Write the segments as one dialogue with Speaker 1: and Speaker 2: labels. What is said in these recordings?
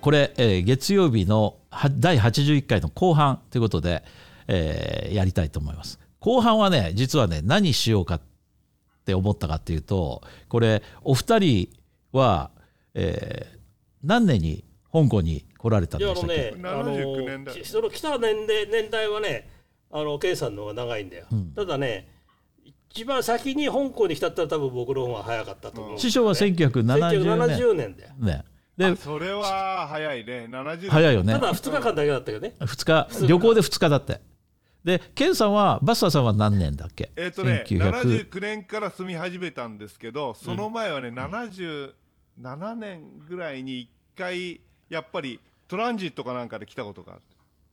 Speaker 1: これ、えー月曜日のは第81回の後半ということで、えーやりたいと思います。後半はね、実はね、何しようかって思ったかっていうと、これ、お二人は、えー何年に香港に来られたん
Speaker 2: い
Speaker 1: で
Speaker 2: やあ
Speaker 1: した
Speaker 2: の
Speaker 1: っけ
Speaker 2: ね、あの
Speaker 3: 79年代
Speaker 2: きそ の来た年齢年代はね、あのケイさんの方が長いんだよ。ただね、一番先に香港に来たったら多分僕の方が早かったと思う、
Speaker 1: 師匠は1970
Speaker 2: 1970年だよ。
Speaker 1: 年。ね、で、
Speaker 3: それは早いね。70
Speaker 1: 早いよね
Speaker 2: た。だ2日間だけだったけどね。
Speaker 1: 二日、旅行で2日だって。で、ケンさんは、バスターさんは何年だっけ
Speaker 3: えっ、とね、
Speaker 1: 1900
Speaker 3: 79年から住み始めたんですけど、その前はね、77年ぐらいに一回、やっぱりトランジットかなんかで来たことがあって。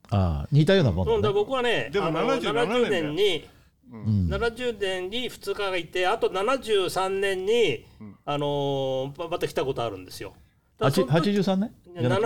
Speaker 1: ああ似たようなも
Speaker 2: うん
Speaker 1: んだ、ね。
Speaker 2: だ僕はね、
Speaker 3: でも
Speaker 2: あの
Speaker 3: 77
Speaker 2: 年に、70年に2日がいて、あと73年に、あのーままた来たことあるんですよ。ただ
Speaker 1: あち
Speaker 2: その時
Speaker 1: 83年
Speaker 2: いや73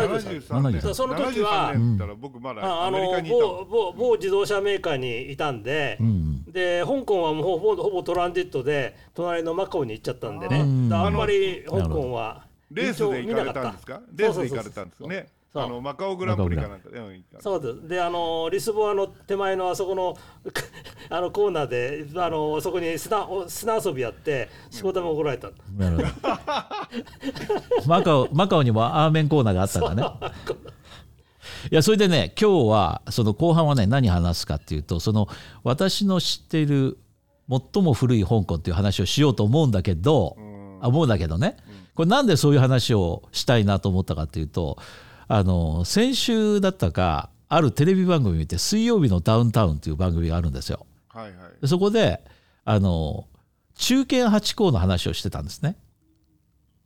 Speaker 3: 73年。
Speaker 1: 73
Speaker 2: その時は
Speaker 3: 73年だったら僕まだ
Speaker 2: あ
Speaker 3: ア
Speaker 2: あ
Speaker 3: メリカ
Speaker 2: の
Speaker 3: にいたわ
Speaker 2: 某某某自動車メーカーにいたんで、
Speaker 1: ん
Speaker 2: で香港はもうほぼほぼトランジットで隣のマカオに行っちゃったんで
Speaker 1: あ
Speaker 2: ね
Speaker 1: ー
Speaker 2: だからあんまり香港は
Speaker 3: レースで行かれたんですかレースで行かれたんですね。
Speaker 2: そう
Speaker 3: あの、マカオグランプリかなんかでうん行った
Speaker 2: そうですであのリスボアの手前のあそこの あのコーナーであのそこに砂お砂遊びやって仕事も怒られた、
Speaker 1: なるほどマカオマカオにもアーメンコーナーがあったんだね。いやそれでね今日はその後半はね何話すかっていうとその私の知っている最も古い香港っていう話をしようと思うんだけど、あ思うんだけどね、これなんでそういう話をしたいなと思ったかっていうとあの先週だったかあるテレビ番組見て「水曜日のダウンタウン」っていう番組があるんですよ。
Speaker 3: はいはい。
Speaker 1: でそこであの中堅八高の話をしてたんですね。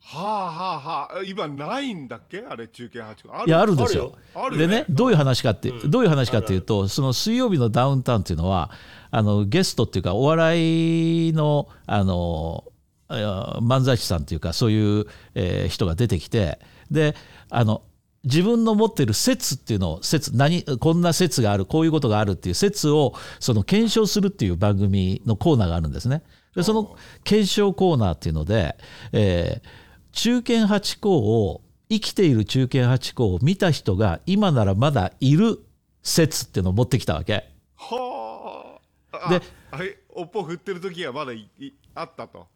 Speaker 3: はあはあはあ、今ないんだっけあれ、中堅8個。
Speaker 1: いやあるんですよ。
Speaker 3: ある
Speaker 1: で
Speaker 3: よある
Speaker 1: ね
Speaker 3: よ
Speaker 1: どういう話かって、どういう話かっていうとその水曜日のダウンタウンっていうのはあのゲストっていうかお笑いのあのえー漫才師さんっていうかそういう、えー人が出てきてであの自分の持ってる説っていうのを説何こんな説があるこういうことがあるっていう説をその検証するっていう番組のコーナーがあるんですね。でその検証コーナーっていうので、えー中堅八高を生きている中堅八高を見た人が今ならまだいる説っていうのを持ってきたわけ。
Speaker 3: はあ。あ
Speaker 1: で
Speaker 3: あれ、おっぽ振ってる時はまだいいあったと。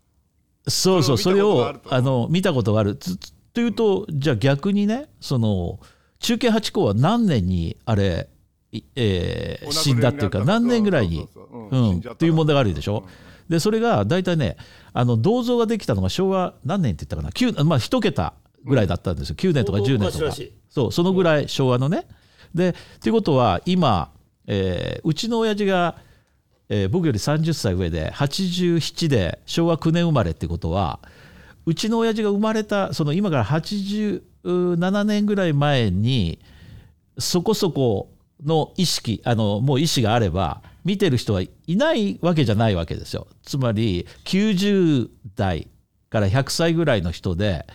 Speaker 1: そうそう、それ
Speaker 3: それを見たことがあ
Speaker 1: を
Speaker 3: る
Speaker 1: あの見たことがある。
Speaker 3: と
Speaker 1: つつというと、じゃあ逆にね、その中堅八高は何年にあれ、いえー
Speaker 3: お亡くなりになった
Speaker 1: 死んだっていうか、何年ぐらいに
Speaker 3: そうそうそう
Speaker 1: う
Speaker 3: うん
Speaker 1: ん
Speaker 3: 死んじゃった
Speaker 1: っていう問題があるでしょ。で、それが大体ね、あの銅像ができたのが昭和何年って言ったかな、九まあ、1桁ぐらいだったんですよ、9年とか10年
Speaker 2: 大昔
Speaker 1: と
Speaker 2: ら
Speaker 1: か
Speaker 2: しい。
Speaker 1: そう、そのぐらい昭和のね。で、ということは、今、えーうちの親父が、えー僕より30歳上で87で昭和9年生まれってことはうちの親父が生まれたその今から87年ぐらい前にそこそこの意識あのもう意思があれば見てる人はいないわけじゃないわけですよつまり90代から100歳ぐらいの人で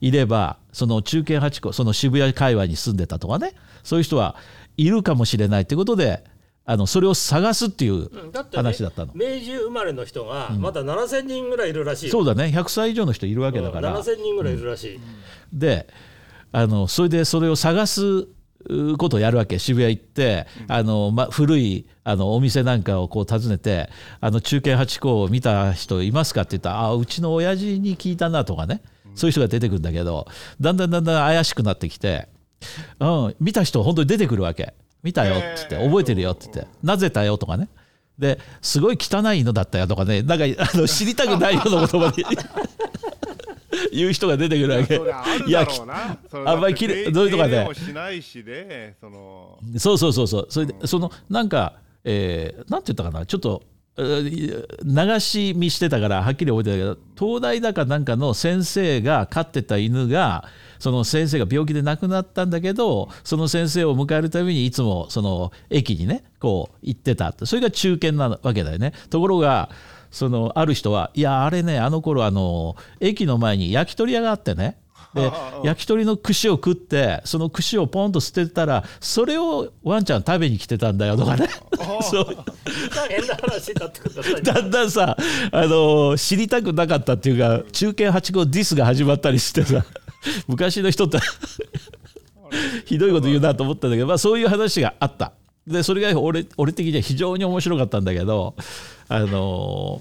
Speaker 1: いればその中堅八個その渋谷界隈に住んでたとかねそういう人はいるかもしれないということであのそれを探すっていう
Speaker 2: うんだってね、
Speaker 1: 話だったの、
Speaker 2: 明治生まれの人がまだ7000人ぐらいいるらしいよ、
Speaker 1: そうだね100歳以上の人いるわけだから、
Speaker 2: 7000人ぐらいいるらしい、
Speaker 1: であのそれでそれを探すうことをやるわけ渋谷行って、あのま、古いあのお店なんかをこう訪ねてあの中堅八高を見た人いますかって言ったらあうちの親父に聞いたなとかねそういう人が出てくるんだけどだんだんだんだん怪しくなってきて、うん、見た人本当に出てくるわけ見たよって言って
Speaker 3: えー
Speaker 1: 覚えてるよって言ってなぜだよとかねですごい汚いのだったよとかねなんかあの知りたくないような言葉で 言う人が出てくるわけ
Speaker 3: そりゃある
Speaker 1: いや
Speaker 3: だ
Speaker 1: き
Speaker 3: ろうな。それ
Speaker 1: あんまりきれどういうとこかね
Speaker 3: 手入れもしないしで、その、
Speaker 1: そうそうそうそうそれで、そのなんか、えーなんて言ったかなちょっとえー流し見してたからはっきり覚えてたけど東大だかなんかの先生が飼ってた犬がその先生が病気で亡くなったんだけどその先生を迎えるためにいつもその駅にねこう行ってたってそれが中堅なわけだよねところがそのある人はいやあれねあの頃あの駅の前に焼き鳥屋があってねで焼き鳥の串を食ってその串をポンと捨てたらそれをワンちゃん食べに来てたんだよとかね そう
Speaker 2: 変な話になってくるんだね
Speaker 1: だんだんさ、あのー知りたくなかったって いうか中堅八高ディスが始まったりしてさ昔の人って
Speaker 3: あ
Speaker 1: ひどいこと言うなと思ったんだけど、まあ、そういう話があったでそれが俺俺的には非常に面白かったんだけどあの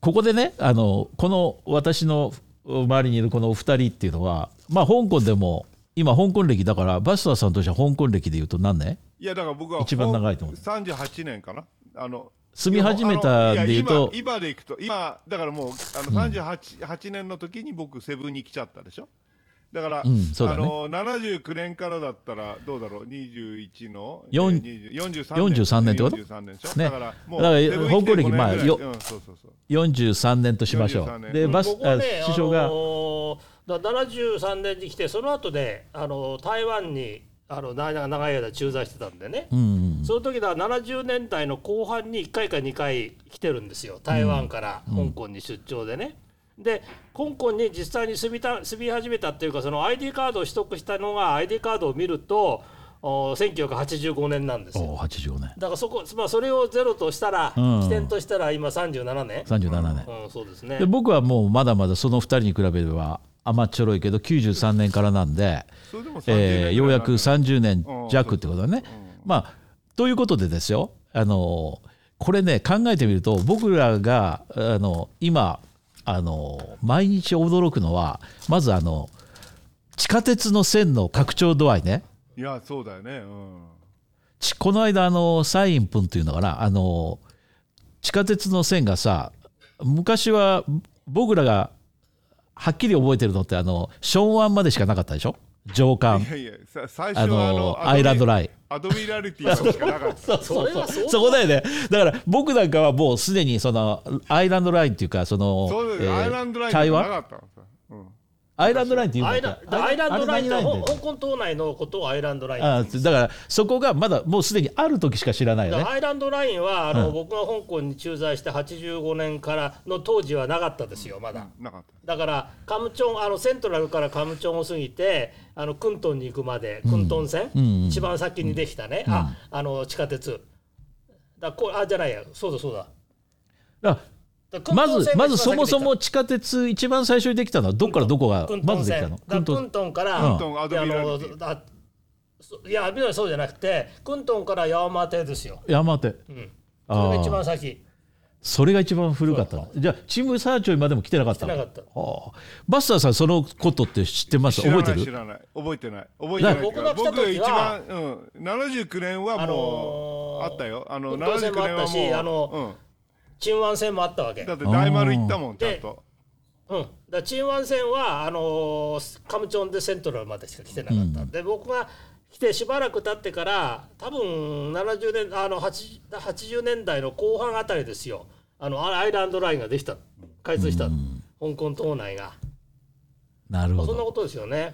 Speaker 1: ここでねあのこの私の周りにいるこのお二人っていうのはまあ香港でも今香港歴だからバスターさんとしては香港歴でいうと何年
Speaker 3: いやだから僕は
Speaker 1: 一番長いと思う
Speaker 3: 38年かなあの
Speaker 1: 住み始めたんで言うと
Speaker 3: いや今今でいくと今だからもうあの38、8年の時に僕セブンに来ちゃったでしょだから、
Speaker 1: うんそうだね
Speaker 3: あの79年からだったらどうだろう21の
Speaker 1: よん
Speaker 3: えー20
Speaker 1: 43
Speaker 3: 43
Speaker 1: 年
Speaker 3: 年
Speaker 1: ってこと
Speaker 3: 43年でしょ
Speaker 1: ね
Speaker 3: だからもう
Speaker 1: だから
Speaker 3: セブンに来て
Speaker 1: 香港歴
Speaker 3: 五年
Speaker 1: まあ
Speaker 3: ぐらい
Speaker 1: よ
Speaker 3: うん、そうそうそう
Speaker 1: 43年としましょ
Speaker 3: 43
Speaker 1: う
Speaker 3: 年
Speaker 1: でバス、
Speaker 2: 僕はね
Speaker 1: あ師匠が、
Speaker 2: あのーだ73年に来てその後であの台湾にあの長長い間駐在してたんでね、
Speaker 1: うんうん
Speaker 2: その時だ70年代の後半に1回か2回来てるんですよ台湾から香港に出張でね。で香港に実際に住みた住み始めたっていうかその ID カードを取得したのが ID カードを見るとお1985年なんです
Speaker 1: お
Speaker 2: よ。
Speaker 1: お85年
Speaker 2: だからそこ、まあ、それをゼロとしたら、
Speaker 1: うん
Speaker 2: 起点としたら今37年、
Speaker 1: 37年
Speaker 2: うん、そうですね
Speaker 1: で僕はもうまだまだその2人に比べれば甘っちょろいけど93年からなんで、
Speaker 3: それでも30年ぐ
Speaker 1: え
Speaker 3: ら
Speaker 1: ー
Speaker 3: い
Speaker 1: ようやく30年
Speaker 3: うん
Speaker 1: 弱ってことだね。まあ、ということでですよ、あのこれね考えてみると僕らがあの今あの毎日驚くのはまずあの地下鉄の線の拡張度合いね。
Speaker 3: いやそうだよねうん
Speaker 1: ちこの間あのサインプンっていうのかなあの地下鉄の線がさ昔は僕らがはっきり覚えてるのってあの昭和までしかなかったでしょ上
Speaker 3: い
Speaker 1: 官
Speaker 3: やいやさ最
Speaker 1: あ
Speaker 3: 初はあの
Speaker 1: のアイランド
Speaker 3: イ
Speaker 1: ライン
Speaker 3: アドミラルティまでしかなかっ た
Speaker 2: それはそう
Speaker 1: そこだよねだから僕なんかはもうすでにそのアイランドラインっていうかその
Speaker 3: そうだ
Speaker 1: え
Speaker 3: よ
Speaker 1: ー
Speaker 3: アイランドライン
Speaker 1: 台
Speaker 3: じゃな
Speaker 1: 湾
Speaker 3: かったのさ、うん
Speaker 1: アイランドラインっていうの
Speaker 2: アイラアイランドライン
Speaker 1: あれ何って
Speaker 2: と香港島内のことをアイランドライン
Speaker 1: あだからそこがまだもうすでにある時しか知らないよ
Speaker 2: だか
Speaker 1: ね
Speaker 2: らアイランドラインはあの、僕が香港に駐在して85年からの当時はなかったですよまだ、
Speaker 3: なかっ
Speaker 2: だ
Speaker 3: た
Speaker 2: からカムチョンあのセントラルからカムチョンを過ぎてあのクントンに行くまでクントン線、
Speaker 1: うん
Speaker 2: 一番先にできたね、ああの地下鉄だこあじゃないやそうだそうだ
Speaker 1: だから
Speaker 2: だから
Speaker 1: ま
Speaker 2: クントン
Speaker 1: ず
Speaker 2: 線が
Speaker 1: ま
Speaker 2: 一
Speaker 1: ず
Speaker 2: 番
Speaker 1: そも
Speaker 2: 先にできた
Speaker 1: そも地下鉄一番最初にできたのはどこからどこが
Speaker 2: クン
Speaker 1: ま
Speaker 2: ト
Speaker 1: ずでき
Speaker 2: ン
Speaker 1: た
Speaker 2: 線
Speaker 1: の
Speaker 2: だからクントンから、
Speaker 1: うんクン
Speaker 3: トンアドミラルティ
Speaker 2: いやあのあそいやアドミラルそうじゃなくてクントンからヤオマテですよ、
Speaker 1: 山手
Speaker 2: うん、
Speaker 1: あ
Speaker 2: それ
Speaker 1: ー
Speaker 2: が一番先
Speaker 1: それが一番古かったのじゃあチームサーチョイまでも来てなかったの
Speaker 2: 来てなかった
Speaker 1: はあバスターさんそのことって知ってます
Speaker 3: 知ら
Speaker 1: 覚
Speaker 3: な
Speaker 1: え
Speaker 3: い
Speaker 1: て
Speaker 3: 知
Speaker 1: る
Speaker 3: らない覚えてない覚えてないっていうか
Speaker 2: 僕が来た
Speaker 3: 僕
Speaker 2: 時
Speaker 3: 一
Speaker 2: は
Speaker 3: 番、うん、79年はもう、
Speaker 2: あのー
Speaker 3: あったよあの
Speaker 2: 運動
Speaker 3: 79
Speaker 2: 線も
Speaker 3: 年
Speaker 2: あっ
Speaker 3: は
Speaker 2: たし
Speaker 3: もう
Speaker 2: あのチンワン線もあったわけ
Speaker 3: うん、だって大丸行ったもんちゃんと
Speaker 2: うん、だから陳湾線はあのーカムチョンでセントラルまでしか来てなかった、で僕が来てしばらく経ってから多分70年あの 80, 80年代の後半あたりですよあのアイランドラインができた開通した、香港島内が、
Speaker 1: なる
Speaker 2: まあ
Speaker 1: ほ
Speaker 2: そんな
Speaker 1: ど
Speaker 2: ことですよね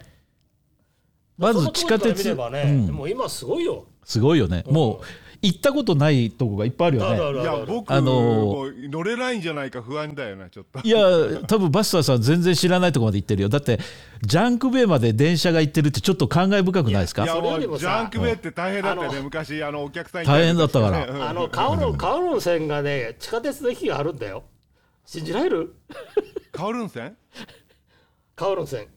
Speaker 1: まず地下鉄
Speaker 2: その当時から見ればね、もう今すごいよ
Speaker 1: すごいよねもう行ったことないとこがいっぱいある
Speaker 2: ある
Speaker 1: よね
Speaker 2: あ
Speaker 3: い
Speaker 2: るあ
Speaker 3: や
Speaker 2: るある
Speaker 3: 僕、
Speaker 1: あのー
Speaker 3: もう乗れないんじゃないか不安だよなちょっと
Speaker 1: いや多分バスターさん全然知らないとこまで行ってるよだってジャンクベイまで電車が行ってるってちょっと感慨深くないです
Speaker 3: いや
Speaker 1: か
Speaker 2: それ
Speaker 3: も
Speaker 2: より
Speaker 3: う
Speaker 2: も
Speaker 3: ジ
Speaker 2: さ
Speaker 3: ャンクベって大変だったよ
Speaker 2: あ
Speaker 3: ね
Speaker 2: の
Speaker 3: 昔あのお客さんい
Speaker 1: 大変だったから
Speaker 3: うん
Speaker 2: あのカオロンカオロン線がね地下鉄の駅があるんだよ信じられる
Speaker 3: カオルン線
Speaker 2: カオロン線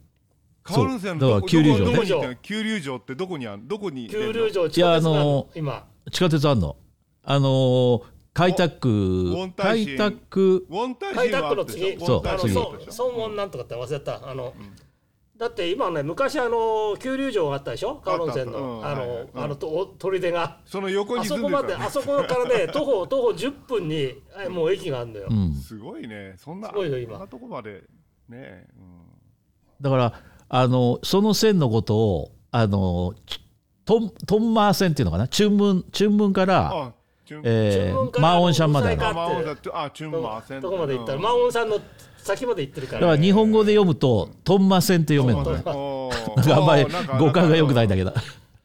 Speaker 3: カオルン線
Speaker 1: そう
Speaker 3: の
Speaker 1: だか
Speaker 3: どこ
Speaker 1: ら九龍城ね
Speaker 3: どこに行ってんの九龍城ってどこにあるどこに出ん
Speaker 2: 九
Speaker 3: の
Speaker 2: 龍城地
Speaker 1: いやあ
Speaker 2: 下鉄がある
Speaker 1: の
Speaker 2: の今
Speaker 1: 地下鉄あんのあのー開拓
Speaker 3: おウォンタイシ
Speaker 1: 開
Speaker 3: ン
Speaker 1: 拓
Speaker 3: ウォンタイ
Speaker 2: 開
Speaker 3: シー
Speaker 2: 拓
Speaker 3: はあ
Speaker 2: の
Speaker 3: ったでし
Speaker 2: 次
Speaker 3: ょ
Speaker 1: そう
Speaker 3: ウォンタ
Speaker 2: あ
Speaker 3: イ
Speaker 2: の
Speaker 3: シー
Speaker 2: 孫
Speaker 3: はあったでしょ
Speaker 2: 孫門なんとかって忘れたあの、だって今ね昔あの九龍城があったでしょカオロン線の
Speaker 3: あ
Speaker 2: あ
Speaker 3: ったあったうんはいはい
Speaker 2: の
Speaker 3: うん
Speaker 2: あのとお砦が
Speaker 3: その横
Speaker 2: あ
Speaker 3: に
Speaker 2: そ
Speaker 3: 住
Speaker 2: こ
Speaker 3: んで
Speaker 2: ま
Speaker 3: た
Speaker 2: で
Speaker 3: の
Speaker 2: あそこから ね徒歩徒歩10分にえもう駅があるのよ、
Speaker 1: うん
Speaker 3: すごいねそんな
Speaker 2: すごいよ今
Speaker 3: そんなとこまでねうん
Speaker 1: だからあのその線のことをあのちトントンマー線っていうのかな中門中門から、
Speaker 3: あチュン
Speaker 1: え
Speaker 2: 中門
Speaker 1: ー、
Speaker 2: から
Speaker 1: マーオンシャンまである
Speaker 2: 大
Speaker 1: だ
Speaker 2: 阪
Speaker 1: か
Speaker 3: マオンだってあチュンマーセン
Speaker 2: どこまで行ったら、
Speaker 3: うん
Speaker 2: マオンさんの先まで行ってるから、
Speaker 1: ら日本語で読むとトンマー線って読めるのね
Speaker 3: おー
Speaker 1: なんかあんまり
Speaker 3: おーなんか
Speaker 1: 語感が良くないんだけど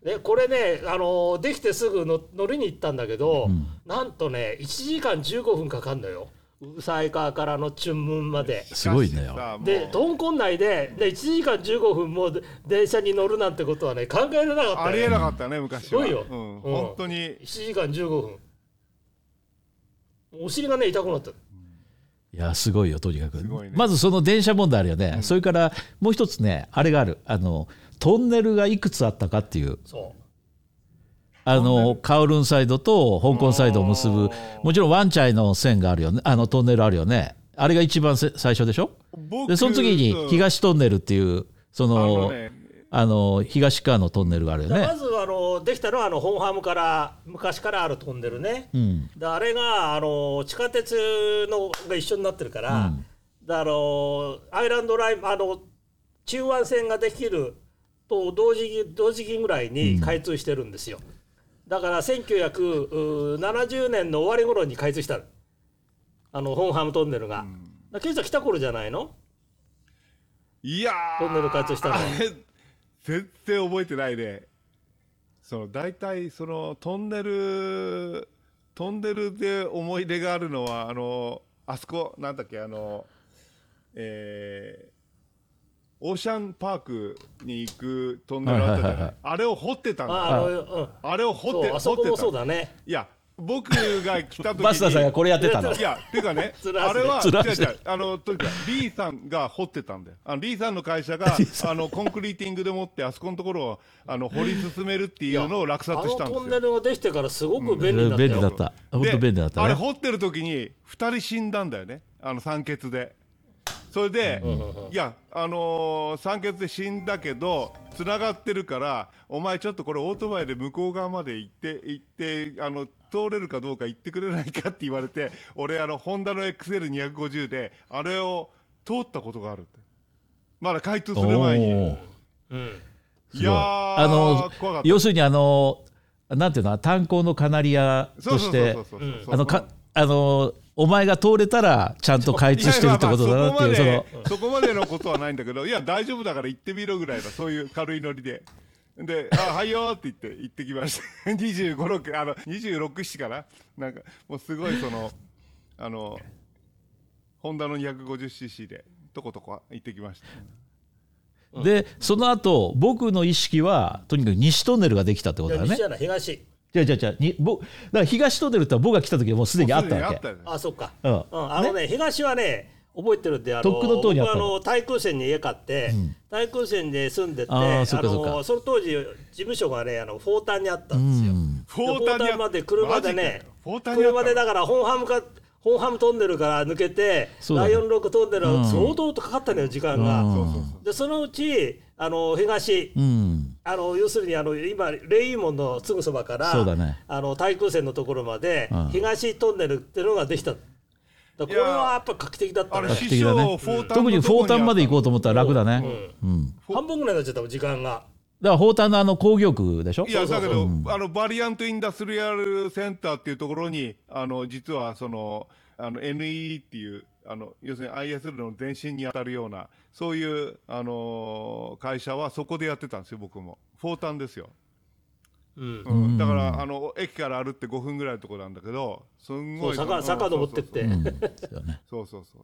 Speaker 2: ね、これね、あのーできてすぐの乗りに行ったんだけど、なんとね、1時間15分かかるのよ、ウサイカーからのチュンムンまで。
Speaker 1: すごいね
Speaker 3: しかしさもう
Speaker 2: で、トンコン内でで1時間15分もで電車に乗るなんてことはね、考えられなかった、ね、
Speaker 3: ありえなかったね昔
Speaker 2: す
Speaker 3: は
Speaker 2: ごいよ、
Speaker 3: うん
Speaker 2: うん
Speaker 3: 本当に
Speaker 2: 1時間15分。お尻がね、痛くなった。
Speaker 1: いやすごいよとにかく、
Speaker 3: すごいね
Speaker 1: まずその電車問題あるよね、それからもう一つねあれがあるあのトンネルがいくつあったかっていう
Speaker 2: そう
Speaker 1: あのカオルンサイドと香港サイドを結ぶもちろんワンチャイの線があるよねあのトンネルあるよねあれが一番せ最初でしょ
Speaker 3: 僕
Speaker 1: でその次に
Speaker 3: うん
Speaker 1: 東トンネルっていうそ
Speaker 3: あ
Speaker 1: の
Speaker 3: のね
Speaker 1: あの東側のトンネルがあるよ
Speaker 2: だから
Speaker 1: ね
Speaker 2: ま。ずあのできたのはあの本ハムから昔からあるトンネルね、
Speaker 1: うん
Speaker 2: であれがあの地下鉄のが一緒になってるから、であのアイランドラインあの中湾線ができると同時期同時期ぐらいに開通してるんですよ、だから1970年の終わり頃に開通したあの本ハムトンネルが、だからケイさん来た頃じゃないの
Speaker 3: いやー
Speaker 2: トンネル開通したの
Speaker 3: あれ全然覚えてないねその大体そのトンネルトンネルで思い出があるのはあのあそこなんだっけあのえーオーシャンパークに行くトンネルあったじゃな
Speaker 1: はいは
Speaker 3: い,、
Speaker 1: いはいはい
Speaker 3: あれを掘ってたんだ
Speaker 2: あ
Speaker 3: あ
Speaker 2: あの、うん
Speaker 3: れを掘っ
Speaker 2: そ
Speaker 3: て
Speaker 2: う
Speaker 3: 掘
Speaker 2: あ
Speaker 3: っ
Speaker 2: そこ
Speaker 3: て
Speaker 2: もそう
Speaker 3: た
Speaker 2: だね
Speaker 3: いや僕が 来た時に
Speaker 1: バスターさんがこれやってたの
Speaker 3: い。や、ていうかね
Speaker 2: ず、ら
Speaker 3: あ
Speaker 2: す
Speaker 3: れは、
Speaker 1: ずらす
Speaker 3: 違う違う、あの、とにかく、リーさんが掘ってたんだよ。あの、リーさんの会社が、あの、コンクリーティングでもって、あそこのところを、あの、掘り進めるっていうのを落
Speaker 2: あの
Speaker 3: 札したんで
Speaker 2: トン
Speaker 3: す
Speaker 2: ネ
Speaker 3: よ。
Speaker 2: ルができてからすごく便利になった
Speaker 1: 便
Speaker 2: よ、
Speaker 1: 利だった。本当便利だっ
Speaker 3: あ
Speaker 1: た
Speaker 3: れ
Speaker 1: ね。
Speaker 3: 掘ってる時に、二人死んだんだよね。あの、酸欠で。それで、いや、あのー酸欠で死んだけど、繋がってるから、お前ちょっとこれオートバイで向こう側まで行って、行って、あの、通れるかどうか言ってくれないかって言われて、俺あの、ホンダの XL250 で、あれを通ったことがあるって。まだ開通する前に。
Speaker 1: おー
Speaker 2: うん
Speaker 1: す
Speaker 3: い
Speaker 1: ごい
Speaker 3: やー、
Speaker 1: あの
Speaker 3: 怖かった。
Speaker 1: 要するにあのなんていうの炭鉱のカナリア
Speaker 3: そ
Speaker 1: と
Speaker 3: うそ
Speaker 1: し
Speaker 3: うそう
Speaker 1: て
Speaker 3: そうそうそううんそうそう
Speaker 1: あのかあのお前が通れたらちゃんと開
Speaker 3: い
Speaker 1: 通
Speaker 3: や
Speaker 1: してるってことだなっていうそ
Speaker 3: まあまあ
Speaker 1: の
Speaker 3: そこまでそこまでのことはないんだけど、いや、大丈夫だから行ってみろぐらいの、そういう軽いノリで。で、あ、はいよーって言って、行ってきました。25、6、あの、26、7かななんか、もうすごいその、あの、ホンダの 250cc で、とことこ行ってきました。
Speaker 1: でその後僕の意識はとにかく西トンネルができたってこ
Speaker 2: い
Speaker 1: と
Speaker 2: や
Speaker 1: だ
Speaker 2: 西
Speaker 1: ね
Speaker 2: じゃない東
Speaker 1: じゃあじゃあじゃあに僕だから東トンネルってのは僕が来た時はもうすでにあったわ
Speaker 3: もうすでにあ
Speaker 1: け
Speaker 3: ったよね
Speaker 2: あそっか、
Speaker 1: う
Speaker 2: うんんあのね東はね覚えてるんであの
Speaker 1: とっくの塔にあったの
Speaker 2: 僕はあの対空戦に家買って、対空戦で住んでて
Speaker 1: あーそっかそっか
Speaker 2: のその当時事務所がねあのフォータンにあった
Speaker 1: うん
Speaker 2: ですよ、
Speaker 1: ん
Speaker 3: フ
Speaker 2: でフォータンまで車でね
Speaker 3: フォータンにあった
Speaker 2: 車でだから本ハムか本ハムトンネルから抜けて、
Speaker 1: そうだ
Speaker 2: ラ
Speaker 1: ね
Speaker 2: イオンロックトンネル
Speaker 1: うん
Speaker 2: は相当とかかったのよ時間が、
Speaker 1: うん
Speaker 3: そうそうそう。
Speaker 2: でそのうちあの東
Speaker 1: うん
Speaker 2: あの要するにあの今、レイモンのすぐそばから、
Speaker 1: そうだね
Speaker 2: あの対空線のところまで、
Speaker 1: うん
Speaker 2: 東トンネルっていうのができた、だからこれ
Speaker 3: いや
Speaker 2: はやっぱ画期的だった
Speaker 3: あ
Speaker 2: ね
Speaker 3: れ、、師
Speaker 1: 的だね
Speaker 3: 匠、フォータン
Speaker 1: 特にフォータンまで行こう
Speaker 3: う。
Speaker 1: と思ったら楽だね
Speaker 2: う
Speaker 1: うん
Speaker 2: 半分ぐらいになっちゃったもん、時間が。
Speaker 1: だからフォータンのあの工業区でしょ
Speaker 3: いや、だけ
Speaker 2: そ
Speaker 3: ど、あの、バリアントインダストリアルセンターっていうところに、あの、実は、その、あの、NE っていう、あの、要するに ISL の前身に当たるような、そういう、あのー会社はそこでやってたんですよ、僕も。フォータンですよ。
Speaker 2: うん
Speaker 3: うん。だから、あの、駅から歩って5分ぐらいのところなんだけど、すん
Speaker 2: そ
Speaker 3: ご
Speaker 2: う
Speaker 3: い。
Speaker 2: 坂
Speaker 3: うん
Speaker 2: 坂登ってっ。て、
Speaker 1: うんそうだね
Speaker 3: そうそうそうそうそう。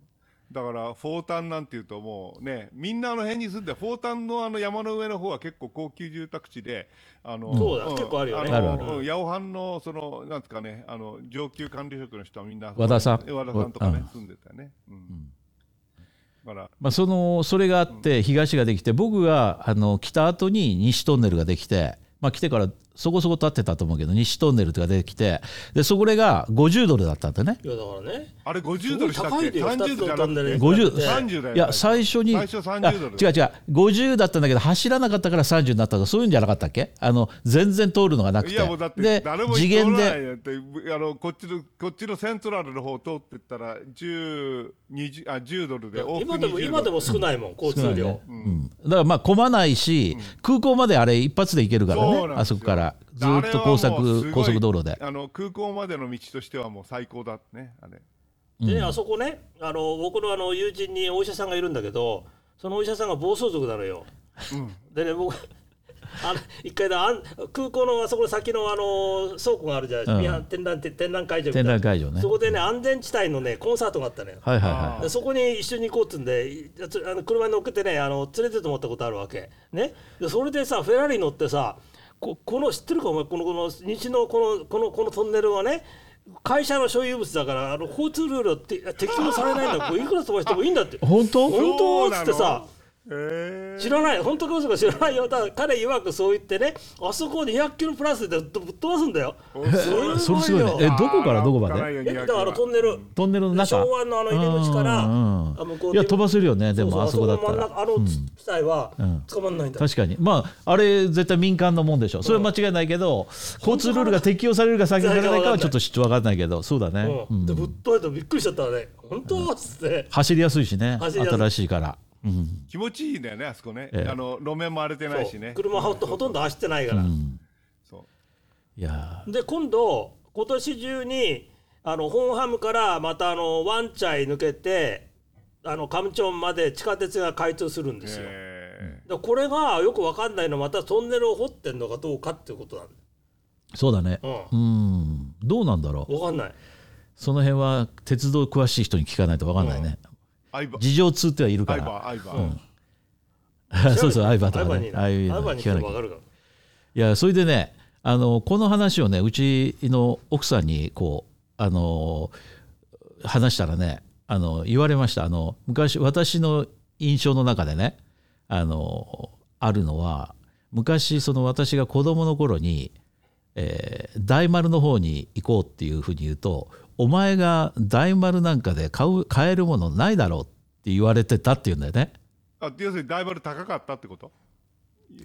Speaker 3: だから、フォータンなんていうともうね、みんなあの辺に住んで、フォータンのあの山の上の方は結構高級住宅地で、あの、
Speaker 2: そうだ結構あるよね
Speaker 3: の
Speaker 1: あるある
Speaker 3: うん八百藩の、その、なんですかね、あの、上級管理職の人はみんな、
Speaker 1: 和田さん
Speaker 3: 和田さんとか
Speaker 1: う
Speaker 3: ね
Speaker 1: ん、
Speaker 3: 住んでたよね。うん。だから、
Speaker 1: まあ、そのそれがあって東ができて僕があの来た後に西トンネルができて、まあ、来てからそこそこ経ってたと思うけど西トンネルができてでそこが50ドルだったんだよね。
Speaker 2: いやだからね、
Speaker 3: あれ50ドルした
Speaker 2: す
Speaker 3: っ
Speaker 2: ごい
Speaker 3: け
Speaker 2: 高いよ
Speaker 3: ?30 ドルじ
Speaker 2: 二
Speaker 3: ゃな
Speaker 2: つのトンネル
Speaker 3: くて。
Speaker 1: 50
Speaker 3: 30だよ
Speaker 1: いや最初に
Speaker 3: 最初30
Speaker 1: あ
Speaker 3: ドル
Speaker 1: 違う違う50だったんだけど走らなかったから30になったとかそういうんじゃなかったっけあの全然通るのがなくて
Speaker 3: いやもうだって
Speaker 1: で
Speaker 3: 誰も
Speaker 1: 次
Speaker 3: 行
Speaker 1: 元
Speaker 3: ってない
Speaker 1: で
Speaker 3: よってあのこっちのこっちのセントラルの方通ってったら10 20あ10ドルで往復
Speaker 2: 今でも
Speaker 3: 20
Speaker 2: 今でも少ないもん、交通量。
Speaker 1: うん、だからまあ混まないし、空港まであれ一発で行けるから
Speaker 3: そうな
Speaker 1: ね
Speaker 3: んですよ
Speaker 1: あそこからずーっと高
Speaker 3: あれはもうすご
Speaker 1: 速
Speaker 3: い
Speaker 1: 高速道路で。
Speaker 3: あの空港までの道としてはもう最高だねあれ
Speaker 2: でね、あそこね、あの僕のあの友人にお医者さんがいるんだけど、そのお医者さんが暴走族なのよ。でね、僕、あの一回だあん空港のあそこの先のあの倉庫があるじゃないですか、
Speaker 1: うん
Speaker 2: いや展覧展展覧会場みたい
Speaker 1: 展
Speaker 2: な
Speaker 1: 覧会場ね
Speaker 2: そこでね、安全地帯のね、コンサートがあったのよ。
Speaker 1: はいはいはい
Speaker 2: でそこに一緒に行こうっつうんで、いつあの車に乗っけてね、あの連れてってもらったことあるわけ。ね、でそれでさ、フェラーリ乗ってさ、ここの知ってるか、お前、このこの西のこのこのこのトンネルはね、会社の所有物だからあの交通ルールはて適用されないんだこれいくら飛ばしてもいいんだって
Speaker 1: 本当
Speaker 2: 本当っつってさ
Speaker 3: そうなのへえ
Speaker 2: 知らない本当か嘘か知らないよだから彼曰くそう言ってねあそこ200キロプラスでぶっ飛ばすんだよ
Speaker 1: それすごいねえどこからどこまで
Speaker 2: えだからトンネル
Speaker 1: トンネルの中
Speaker 2: 昭和のあの入り口から
Speaker 1: うんうん
Speaker 2: あ向こう
Speaker 1: いや飛ばせるよねで
Speaker 2: そう
Speaker 1: もあそこだった
Speaker 2: あ
Speaker 1: ら
Speaker 2: そこの真ん中あの地帯は捕まんないんだ
Speaker 1: 確かにまああれ絶対民間のもんでしょそれは間違いないけど、交通ルールが適用されるか採用されないかはちょっと分かんないけどそうだね、
Speaker 2: うん
Speaker 1: うん
Speaker 2: でぶっ飛ばれてびっくりしちゃったわね本当っつって
Speaker 1: 走りやすいしね
Speaker 2: 走りやすい
Speaker 1: 新しいから、うん
Speaker 3: 気持ちいいんだよねあそこね、
Speaker 1: ええ
Speaker 3: あの路面も荒れてないしね
Speaker 2: 車ほとほとんど走ってないか
Speaker 1: う
Speaker 2: ら
Speaker 1: ん、
Speaker 3: そう
Speaker 1: いや
Speaker 2: で今度今年中にあのホーンハムからまたあのワンチャイ抜けてあのカムチョンまで地下鉄が開通するんですよ、
Speaker 3: え
Speaker 2: でこれがよくわかんないのはまたトンネルを掘ってんのかどうかっていうことなん
Speaker 1: ーそうだね
Speaker 2: だ
Speaker 1: うんどうなんだろ
Speaker 2: うん
Speaker 1: う
Speaker 2: わかんない
Speaker 1: その辺は鉄道詳しい人に聞かないと分かんないね、
Speaker 3: アイバ
Speaker 1: 事情通ってはいる
Speaker 3: ア
Speaker 1: か
Speaker 3: イ
Speaker 1: ら
Speaker 3: バアイバ、
Speaker 1: そうそう相葉と
Speaker 2: アイバ
Speaker 1: か
Speaker 2: ーに
Speaker 1: ね
Speaker 2: な
Speaker 1: ああいう
Speaker 2: アイバー
Speaker 1: の
Speaker 2: に
Speaker 1: 聞かな
Speaker 2: 行け
Speaker 1: きゃ
Speaker 2: ばわかるか
Speaker 1: いやそれでねあのこの話をねうちの奥さんにこうあの話したらねあの言われましたあの昔私の印象の中でねあのあるのは昔その私が子供の頃に、えー大丸の方に行こうっていうふうに言うと「お前が大丸なんかで買う買えるものないだろう」って言われてたっていうんだよね。
Speaker 3: あ要するにダイバル高かったってこと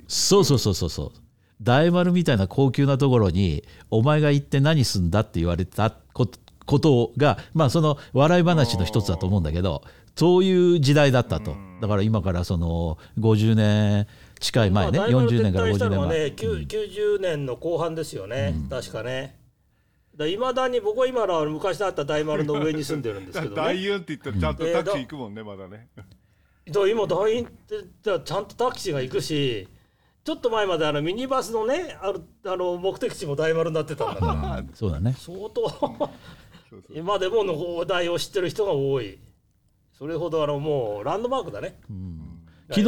Speaker 1: そうそうそうそうそう大丸みたいな高級なところにお前が行って何すんだって言われたことことがまあその笑い話の一つだと思うんだけどそういう時代だったとだから今からその50年近い
Speaker 2: ら
Speaker 1: 前ね
Speaker 2: まあ大丸
Speaker 1: 40年から
Speaker 2: 撤退した
Speaker 1: 50
Speaker 2: の
Speaker 1: 年
Speaker 2: はね
Speaker 1: 前
Speaker 2: 9 90年の後半ですよね、確かねいまだに僕は今の昔だった大丸の上に住んでるんですけど、ね、
Speaker 3: 大運って言ったらちゃんと
Speaker 2: うん
Speaker 3: タクシー行くもんねまだね
Speaker 2: だ今団員ってじゃあちゃんとタクシーが行くしちょっと前まであのミニバスのねあるあの目的地も大丸になってたんだから
Speaker 1: うんそうだね
Speaker 2: 相当
Speaker 3: そうそう
Speaker 2: 今でものお題を知ってる人が多いそれほどあのもうランドマークだね
Speaker 1: 昨日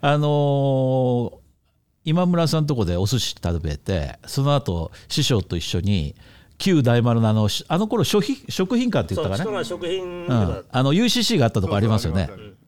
Speaker 1: あのー今村さんとこでお寿司食べてその後師匠と一緒に旧大丸のあのあの頃食品食品館って言
Speaker 2: そ
Speaker 1: ったか
Speaker 2: う人
Speaker 1: ね
Speaker 2: が食品
Speaker 1: う
Speaker 2: だから
Speaker 1: ん、あの UCC があったとこありますよね
Speaker 3: そうそうあります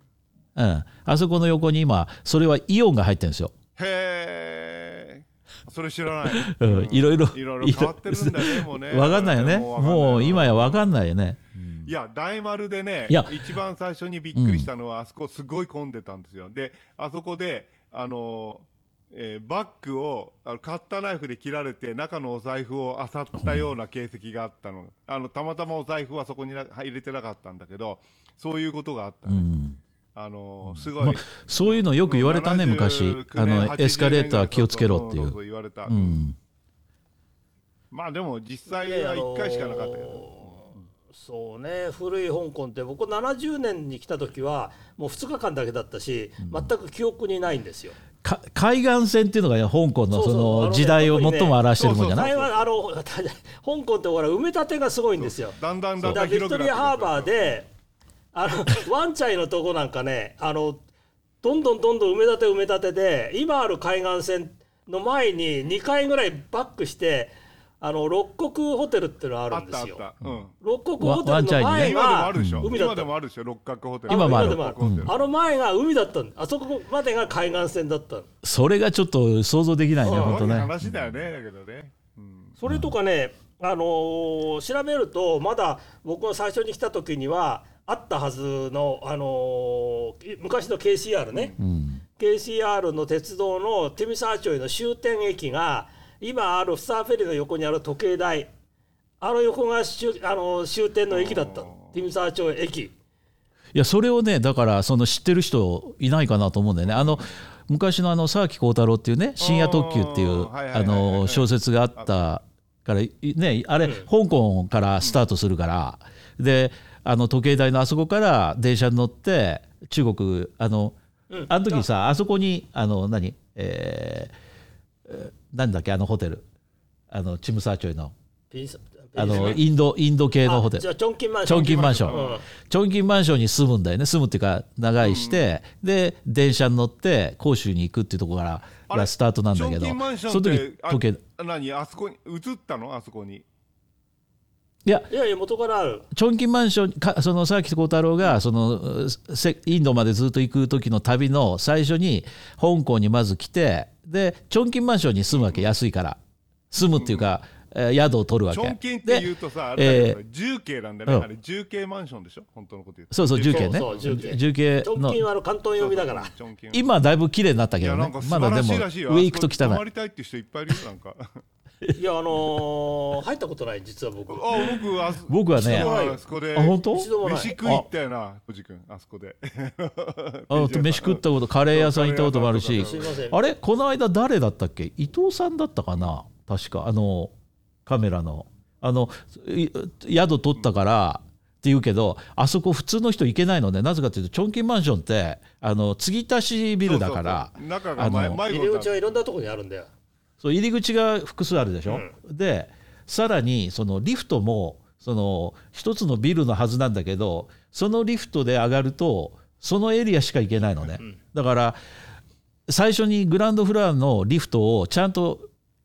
Speaker 1: うん、あそこの横に今それはイオンが入ってるんですよ、
Speaker 3: へえそれ知らない
Speaker 1: うんいろいろ
Speaker 3: いろいろ変わってるんだねもうね
Speaker 1: 分かんないよね
Speaker 3: わかんない
Speaker 1: もう今や分かんないよね
Speaker 3: いや、大丸でね、
Speaker 1: いや
Speaker 3: 一番最初にびっくりしたのは、あそこすごい混んでたんですよ。で、あそこで、あのーえーバッグをあのカッターナイフで切られて、中のお財布を漁ったような形跡があったの。あの、たまたまお財布はそこにな入れてなかったんだけど、そういうことがあった。あのーすごい、
Speaker 1: そういうのよく言われたね
Speaker 3: 79
Speaker 1: 昔あの
Speaker 3: 80
Speaker 1: エスカレーター気をつけろってい
Speaker 3: そう
Speaker 1: う
Speaker 3: そう言われた。
Speaker 1: うん
Speaker 3: まあでも実際は1回しかなかったけ
Speaker 2: あ
Speaker 3: ど。
Speaker 2: のーそうね古い香港って僕70年に来た時はもう2日間だけだったし、全く記憶にないんですよ。
Speaker 1: か海岸線っていうのがね香港の
Speaker 2: そうそ
Speaker 1: そう
Speaker 2: あの
Speaker 1: の
Speaker 2: ね
Speaker 1: 時代を最も表してるもんじゃ
Speaker 3: あ
Speaker 1: ない
Speaker 2: 台湾あの 香港ってほら埋め立てがすごいんですよ。
Speaker 3: だんだん
Speaker 2: だ
Speaker 3: だん
Speaker 2: か
Speaker 3: だ
Speaker 2: ら
Speaker 3: ん
Speaker 2: ビク
Speaker 3: 広
Speaker 2: トリ
Speaker 3: くなってくる
Speaker 2: アハーバーであの ワンチャイのとこなんかねあのどんどんどんどん埋め立て埋め立てで今ある海岸線の前に2回ぐらいバックしてあの六国ホテルっていうのがあ
Speaker 3: あ
Speaker 2: るん
Speaker 3: っ
Speaker 2: で
Speaker 3: たあっ
Speaker 2: すよ。
Speaker 3: た。うん。
Speaker 2: 六国ホテルの
Speaker 1: ワンチャイ
Speaker 2: 前
Speaker 1: にね
Speaker 3: 今でもあ
Speaker 2: は
Speaker 3: るでしょ、
Speaker 2: 海だった
Speaker 3: 今でもあるでしょ六角ホテル
Speaker 1: 今もある
Speaker 3: 今である
Speaker 1: うん
Speaker 2: あの前が海だったんあそこまでが海岸線だったの
Speaker 1: それがちょっと想像できないね
Speaker 2: そう
Speaker 1: 本
Speaker 3: す
Speaker 1: 当
Speaker 3: ごい
Speaker 1: ね
Speaker 3: 話だよねだけどね、うん、
Speaker 2: それとかね、あのー調べるとまだ僕が最初に来た時にはあったはずの、あのーい昔の KCR ね、KCR の鉄道のティミサーチョイの終点駅が今あるフサーフェリーの横にある時計台あの横が終あのー終点の駅だったティミサーチョイ駅。
Speaker 1: いやそれをねだからその知ってる人いないかなと思うんだよねあの昔のあの沢木幸太郎っていうね「深夜特急」ってい
Speaker 3: うん
Speaker 1: う
Speaker 3: はいはいはいはい
Speaker 1: あの小説があったからいねあれ香港からスタートするからであの時計台のあそこから電車に乗って中国あの
Speaker 2: うん
Speaker 1: あの時さあそこにあの何えーえーなんだっけあのホテルあのチムサーチョイの
Speaker 2: ピンサ
Speaker 1: あ
Speaker 2: ピンサ
Speaker 1: のインドインド系のホテ
Speaker 2: あ
Speaker 1: ル
Speaker 2: じゃあチョンキンマン
Speaker 1: チ
Speaker 2: ショ
Speaker 1: ョ
Speaker 2: ン
Speaker 1: ンキンマンショ
Speaker 2: う
Speaker 1: ン
Speaker 2: ん、
Speaker 1: チョンキンマンションに住むんだよね、住むっていうか、長居して、で、電車に乗って、広州に行くっていうところか
Speaker 3: あ
Speaker 1: ら
Speaker 3: れ
Speaker 1: がスタートなん
Speaker 3: 賞
Speaker 1: だけど、
Speaker 3: 金マンション
Speaker 1: その
Speaker 3: っ
Speaker 1: 時
Speaker 3: て
Speaker 1: 時計、
Speaker 3: あ何あそこに移ったのあそこに
Speaker 1: いや
Speaker 2: いやいや元からある
Speaker 1: チョンキンマンションかその佐々木幸太郎がそのせインドまでずっと行く時の旅の最初に香港にまず来てでチョンキンマンションに住むわけ安いから住むっていうか、えー宿を取るわ
Speaker 3: チ
Speaker 1: け
Speaker 3: ョンキンって言うとさ、あ
Speaker 1: で
Speaker 3: れだけ
Speaker 1: え
Speaker 3: ど、重慶なんだよ
Speaker 1: うん
Speaker 3: ね、あれ、重慶マンションでしょ、本当のこと言うと。
Speaker 1: そうそう重慶ね
Speaker 2: そうそう重慶
Speaker 1: 重慶
Speaker 2: トン
Speaker 1: の
Speaker 2: キンはあの関東読みだから
Speaker 3: チョンキンは
Speaker 1: 今だいぶ綺麗になった
Speaker 3: い
Speaker 1: け
Speaker 3: や
Speaker 1: ど
Speaker 3: な
Speaker 1: ね
Speaker 3: んか
Speaker 1: ま
Speaker 3: 素
Speaker 1: だ
Speaker 3: 晴
Speaker 1: で
Speaker 3: ら
Speaker 1: も
Speaker 3: しい
Speaker 1: 上
Speaker 3: らしいよ。
Speaker 1: 行くと
Speaker 3: あ
Speaker 1: 汚
Speaker 3: そこに泊ま
Speaker 1: い
Speaker 3: りたいっていう人いっぱいいるよ、なんか。
Speaker 2: いやあのー入ったことない実は僕
Speaker 3: あ、僕、あそ
Speaker 1: 僕はね
Speaker 3: そうあそこで
Speaker 1: あ本当
Speaker 2: 一度もない
Speaker 3: 飯食い行ったよな、おじ君、あそこ で。
Speaker 1: あ飯食ったことカレー屋さん行ったこともあるし
Speaker 2: すいません
Speaker 1: あれこの間誰だったっけ伊藤さんだったかな確かあのカメラのあのい宿取ったからって言うけどあそこ普通の人行けないのでなぜかというとチョンキンマンションってあの継ぎ足しビルだから
Speaker 3: そうそうそう中
Speaker 1: あ
Speaker 3: が
Speaker 1: の
Speaker 3: 迷迷
Speaker 2: 入り
Speaker 3: 子だっ
Speaker 2: 口
Speaker 3: た
Speaker 2: はいろんなとこにあるんだよ
Speaker 1: そう入り口が複数あるでしょ、でさらにそのリフトもその一つのビルのはずなんだけどそのリフトで上がるとそのエリアしか行けないのね、だから最初にグランドフロアのリフトをちゃんと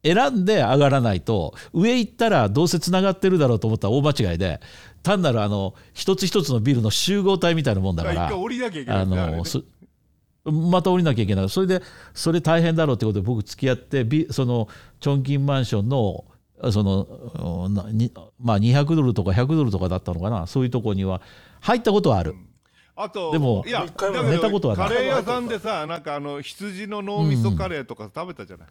Speaker 1: 選んで上がらないと上行ったらどうせつながってるだろうと思ったら大間違いで単なるあの一つ一つのビルの集合体みたいなもんだか
Speaker 3: 一
Speaker 1: ら
Speaker 3: 回降りなきゃいけな
Speaker 1: あ
Speaker 3: いんだよね。
Speaker 1: のそまた降りなきゃいけないそれでそれ大変だろうってことで僕付き合ってビそのチョンキンマンションのそのうんなにまあ、200ドルとか100ドルとかだったのかなそういうとこには入ったことはある、
Speaker 3: あと、
Speaker 1: でも
Speaker 3: いや、
Speaker 2: 一回も
Speaker 3: だけど
Speaker 1: 寝たことはない
Speaker 3: カレー屋さんでさ、なんかあの、羊の脳みそカレーとか食べたじゃない。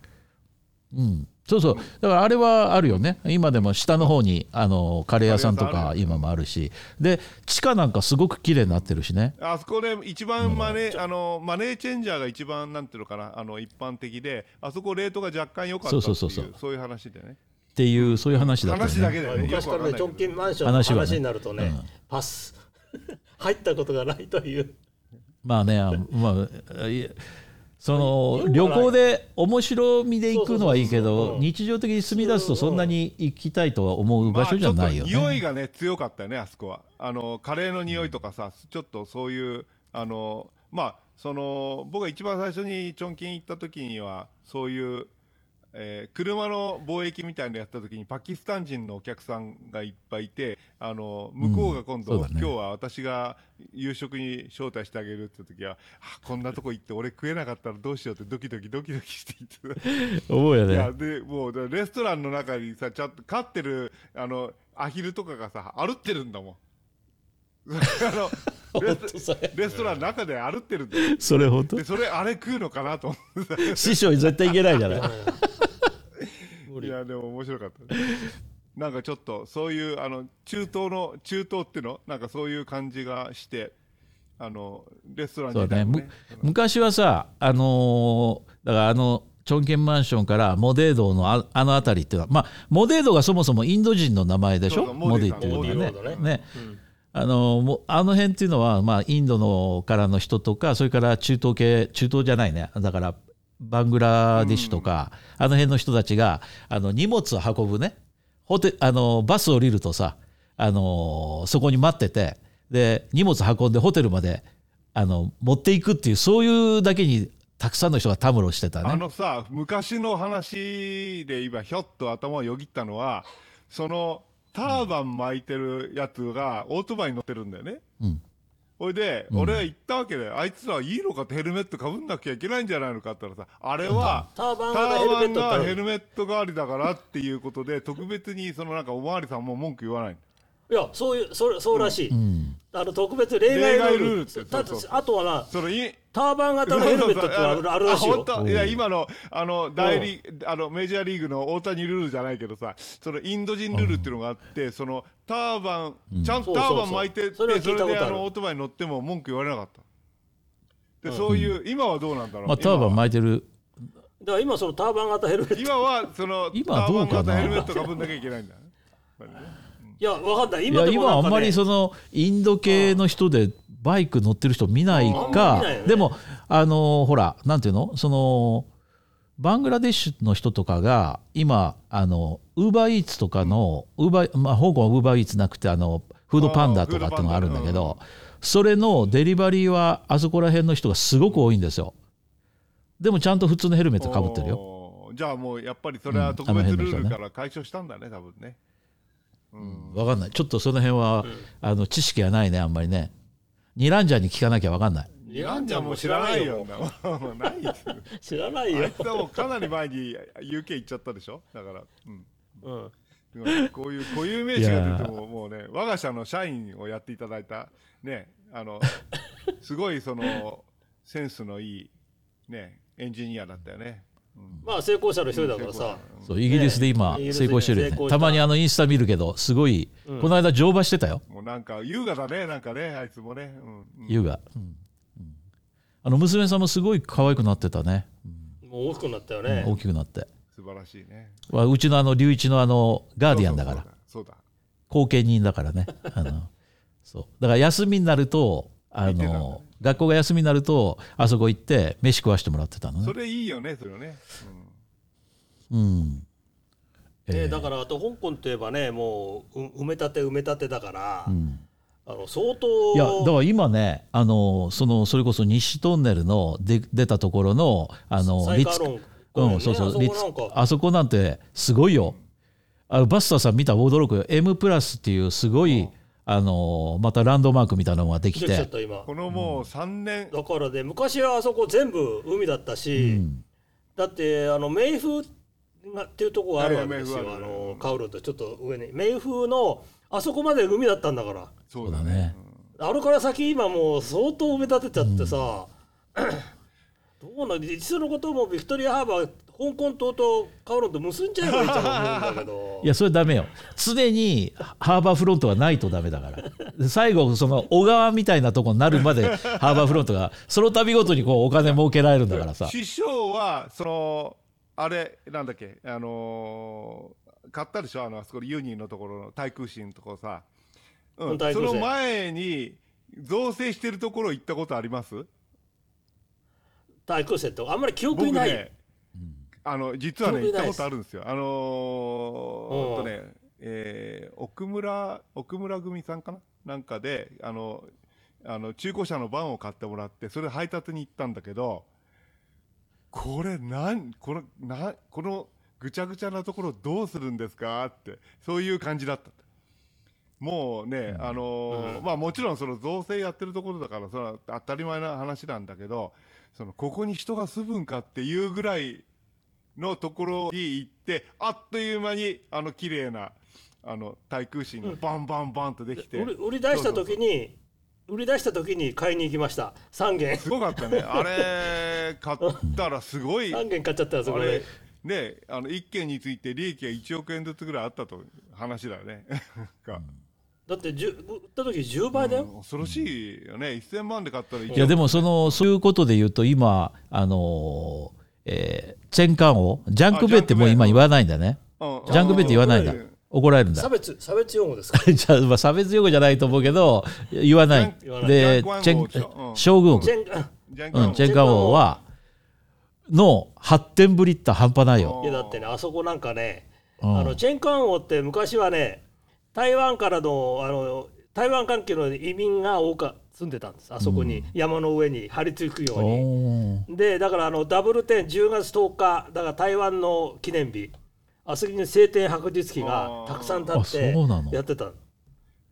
Speaker 1: うん、そうそうだからあれはあるよね今でも下の方にあのカレー屋さんと
Speaker 3: カレー屋さん
Speaker 1: か
Speaker 3: ある
Speaker 1: 今もあるしで地下なんかすごく綺麗になってるしね
Speaker 3: あそこで一番マネー、あのマネーチェンジャーが一番なんていうのかなあの一般的であそこレートが若干良かったってい
Speaker 1: そう
Speaker 3: う
Speaker 1: そうそう
Speaker 3: そ
Speaker 1: そう
Speaker 3: ういう話でね
Speaker 1: っていうそういう話だったよ
Speaker 3: 話だけ
Speaker 1: ね
Speaker 3: だよねよ
Speaker 2: 昔
Speaker 3: く
Speaker 2: か
Speaker 3: わから
Speaker 2: ね
Speaker 3: んない
Speaker 2: チョンキ
Speaker 3: けど
Speaker 2: ンマンションの
Speaker 1: 話はね
Speaker 2: 話になるとねパス 入ったことがないという
Speaker 1: まあねあまあいえその旅行で面白みで行くのはいいけ
Speaker 2: そうそうそうそう
Speaker 1: ど
Speaker 2: うん
Speaker 1: 日常的に住み出すとそんなに行きたいとは思う場所じゃないよ
Speaker 3: まあちょっと匂い
Speaker 1: ね。
Speaker 3: がね強かったよねあそこはあのカレーの匂いとかさ、ちょっとそういうあのまあその僕が一番最初にチョンキン行った時にはそういう、えー車の貿易みたいなのやった時にパキスタン人のお客さんがいっぱいいてあの向こうが今度、
Speaker 1: うんそうだね
Speaker 3: 今日は私が夕食に招待してあげるって時はあこんなとこ行って俺食えなかったらどうしようってドキドキドキドキしていて。
Speaker 1: 思うよ
Speaker 3: い
Speaker 1: ね
Speaker 3: や。でもうだレストランの中にさちゃんと飼ってるあのアヒルとかがさ歩ってるんだもん あの レ
Speaker 1: 本当
Speaker 3: ス
Speaker 1: それ
Speaker 3: レストランの中で歩ってるんだよ
Speaker 1: それ本当
Speaker 3: でそれあれ食うのかなと思って
Speaker 1: 師匠に絶対行けないじゃない。
Speaker 3: いやでも面白かったなんかちょっとそういうあの中東の中東っていうのなんかそういう感じがしてあのレストラン
Speaker 1: そう
Speaker 3: 自
Speaker 1: だね
Speaker 3: 体も
Speaker 1: む昔はさあのーだからあのチョンケンマンションからモデードのああの辺りっていうのはまあモデードがそもそもインド人の名前でし
Speaker 3: そ
Speaker 1: ょ
Speaker 3: うそう
Speaker 1: モディっていうのは
Speaker 2: モデ
Speaker 1: ね
Speaker 2: ィだね
Speaker 1: ねあのーもうあの辺っていうのは、まあ、インドのからの人とかそれから中東系中東じゃないねだからバングラディッシュとか、あの辺の人たちがあの荷物を運ぶねホテあのバス降りるとさあのそこに待っててで荷物運んでホテルまであの持っていくっていうそういうだけにたくさんの人がたむろしてた
Speaker 3: あ
Speaker 1: ね。
Speaker 3: のさ、昔の話で今、ひょっと頭をよぎったのは、そのターバン巻いてるやつがオートバイに乗ってるんだよね。
Speaker 1: うん
Speaker 3: ほいで、俺は言ったわけで、あいつらいいのかってヘルメットかぶんなきゃいけないんじゃないのかって言ったらさ、あれは、
Speaker 2: ターバン
Speaker 3: タ
Speaker 2: がヘ
Speaker 3: ーバ
Speaker 2: ルメッ
Speaker 3: ン
Speaker 2: トだ
Speaker 3: が
Speaker 2: っ
Speaker 3: ヘ
Speaker 2: た
Speaker 3: ルメット代わりだからっていうことで、特別にそのなんかおまわりさんも文句言わない。
Speaker 2: いやそういうそれそうらしい、
Speaker 1: うん
Speaker 2: あの特別例外ルール
Speaker 3: 例外ルールって
Speaker 2: ただ
Speaker 3: そうそう
Speaker 2: あとはな
Speaker 3: そのい
Speaker 2: ターバン型のヘルメットって のはあるらしい
Speaker 3: あ
Speaker 2: よ
Speaker 3: 本当いや今のあの大リーあのメジャーリーグの大谷ルールじゃないけどさ、そのインド人ルールっていうのがあって、そのターバン、ちゃんとターバン巻いてって、
Speaker 2: そ
Speaker 3: そう
Speaker 2: そうそうそれは聞いたこと
Speaker 3: れ
Speaker 2: あ
Speaker 3: で
Speaker 2: る
Speaker 3: あのオートバイに乗っても文句言われなかった。で、そういう、今はどうなんだろう。
Speaker 1: まあ、ターバン
Speaker 3: 今は
Speaker 1: 巻いてる
Speaker 2: だから今そのターバン型ヘルメットい
Speaker 3: 今はそのタ
Speaker 1: 今は
Speaker 3: ー
Speaker 1: ど
Speaker 3: バ
Speaker 1: う
Speaker 3: ン
Speaker 1: かな
Speaker 3: 型ヘルメットかぶんなきゃいけないんだね。やっぱりね
Speaker 2: やわかんない
Speaker 1: いや
Speaker 2: 今でも
Speaker 1: 今
Speaker 2: な
Speaker 1: あ
Speaker 2: ん
Speaker 1: ん
Speaker 2: か、ね、
Speaker 1: まりそのインド系の人でバイク乗ってる人見ない
Speaker 2: うんあんま
Speaker 1: か
Speaker 2: 見ないよね
Speaker 1: でもあのほらなんていうのそのバングラデシュの人とかが今あのウーバーイーツとかの、ウーバーまあ、香港はウーバーイーツなくてあのフードパンダとかってのがあるんだけど、それのデリバリーはあそこら辺の人がすごく多いんですよでもちゃんと普通のヘルメットかぶってるよ
Speaker 3: おーじゃあもうやっぱりそれは特
Speaker 1: うんあの
Speaker 3: 別
Speaker 1: 辺の
Speaker 3: ル
Speaker 1: 人ね
Speaker 3: ールから解消したんだね、多分ね。
Speaker 1: 分かんないちょっとその辺は、あの知識がないねあんまりねニランジャーに聞かなきゃ分かんない
Speaker 2: ニ
Speaker 3: ランジャーも知らないよ。もうないですよ
Speaker 2: 知らない
Speaker 3: あ
Speaker 2: よ
Speaker 3: いつ。はもうかなり前に UK 行っちゃったでしょだから、うん、
Speaker 2: うん
Speaker 3: こういう固有名詞が出てももうね我が社の社員をやっていただいたね あのすごいそのセンスのいいねエンジニアだったよね。
Speaker 2: まあ成功者の一人だからさ。
Speaker 1: そうイギリスで今
Speaker 2: ね
Speaker 1: 成功してるよ
Speaker 2: イギリ
Speaker 1: ね
Speaker 2: スで成功した
Speaker 1: たまにあのインスタ見るけどすごい、この間乗馬してたよ
Speaker 3: もうなんか優雅だねなんかねあいつもね。うんうん
Speaker 1: 優雅、うんうんあの娘さんもすごい可愛くなってたね、
Speaker 2: もう大きくなったよね。
Speaker 1: 大きくなって
Speaker 3: 素晴らしいね。
Speaker 1: わうちのあの隆一のあのガーディアンだから
Speaker 3: そうだ。
Speaker 1: 後見人だからねあのそうだから休みになるとあ
Speaker 3: 見てたんだね
Speaker 1: の学校が休みになるとあそこ行って飯食わしてもらってたの
Speaker 3: そうだそ
Speaker 1: ね
Speaker 3: れいいよねそれね。
Speaker 1: うん
Speaker 2: ね、だからあと香港といえばねもうう埋め立て埋め立てだから、あの相当
Speaker 1: いやだから今ねあのそのそれこそ西トンネルので出たところのあの
Speaker 2: サイカーロン
Speaker 1: う
Speaker 2: 公園ね
Speaker 1: ん、そうそう
Speaker 2: あそこ
Speaker 1: リ
Speaker 2: なん
Speaker 1: ッツ
Speaker 2: か
Speaker 1: あそこなんてすごいよあのバスターさん見たら驚くよ M プラスっていうすごい、あのまたランドマークみたいなのができ
Speaker 2: 来ちゃってた今
Speaker 3: このもう三年
Speaker 2: だからね昔はあそこ全部海だったし、だってあの冥風がっていうとこがあるわけですよ、
Speaker 3: はいはい冥
Speaker 2: あ
Speaker 3: 府あるね
Speaker 2: のカウルとちょっと上に冥風のあそこまで海だったんだから
Speaker 3: そ
Speaker 1: そうだ。ね
Speaker 2: あれから先今もう相当埋め立てちゃってさ、 どうなん実のこともビクトリアハーバー香港島とカウロンと結んじゃえばいいと思うんだけど
Speaker 1: いやそれダメよ常にハーバーフロントがないとダメだからで最後その小川みたいなとこになるまでハーバーフロントがその度ごとにこうお金儲けられるんだからさ
Speaker 3: 師匠はそのあれなんだっけあのー買ったでしょあのあそこユニーのところの対空心のところさ、う
Speaker 2: うん
Speaker 3: ん、
Speaker 2: 対
Speaker 3: そ
Speaker 2: 空心
Speaker 3: の前に造成してるところ行ったことあります
Speaker 2: 対空戦ってあんまり記憶
Speaker 3: 僕
Speaker 2: にない、
Speaker 3: ねあの実はね
Speaker 2: 興
Speaker 3: 行
Speaker 2: 味な
Speaker 3: っ
Speaker 2: い
Speaker 3: た
Speaker 2: で
Speaker 3: こ
Speaker 2: す
Speaker 3: とあるんですよあのー
Speaker 2: う
Speaker 3: え
Speaker 2: ん
Speaker 3: っとね、えー奥村奥村組さんかななんかであのあの中古車のバンを買ってもらってそれで配達に行ったんだけどこれなんこのなこのぐちゃぐちゃなところどうするんですかってそういう感じだったもうね、あのーまあもちろんその造成やってるところだからそれは当たり前な話なんだけどそのここに人が住むんかっていうぐらいのところに行ってあっという間にあの綺麗なあの対空心がバンバンバンとできて、
Speaker 2: 売り売り出した時に売り出した時に買いに行きました3軒
Speaker 3: すごかったねあれ買ったらすごい
Speaker 2: 3軒買っちゃったよそこ
Speaker 3: あ
Speaker 2: で
Speaker 3: れねあの1件について利益が1億円ずつぐらいあったという話だよねが、
Speaker 2: だってじゅ売った時10倍だよ、
Speaker 3: 恐ろしいよね1000万で買ったら1億
Speaker 1: いやでもそのそういうことで言うと今あのーえーチェンカンをジャンクベイってもう今言わないんだね
Speaker 3: う
Speaker 1: ジ
Speaker 3: ん
Speaker 1: ャンクベイって言わないんだ
Speaker 3: うん
Speaker 1: 怒られるんだ
Speaker 2: 差別差別用語ですか
Speaker 1: じゃあ、まあ、差別用語じゃないと思うけど言わない
Speaker 3: ジャン
Speaker 1: で
Speaker 3: ジャン
Speaker 1: チェ
Speaker 3: ジャンクワン
Speaker 1: ン
Speaker 3: 号でしょ
Speaker 1: 将軍
Speaker 2: ジェンガ
Speaker 3: ジャンク
Speaker 1: うん、チェンカン
Speaker 2: ジェンカン
Speaker 1: 王
Speaker 2: 王
Speaker 1: はの発展ぶりって半端ないよ。
Speaker 2: いやだってねあそこなんかね、
Speaker 1: うん
Speaker 2: あのチェンカン王って昔はね台湾からのあの台湾関係の移民が多く住んでたんですあそこに、山の上に張り付くように。
Speaker 1: おー
Speaker 2: でだからあのダブルテン10月10日だから台湾の記念日あそこに晴天白日旗がたくさん立って
Speaker 1: あそうなの
Speaker 2: やってたの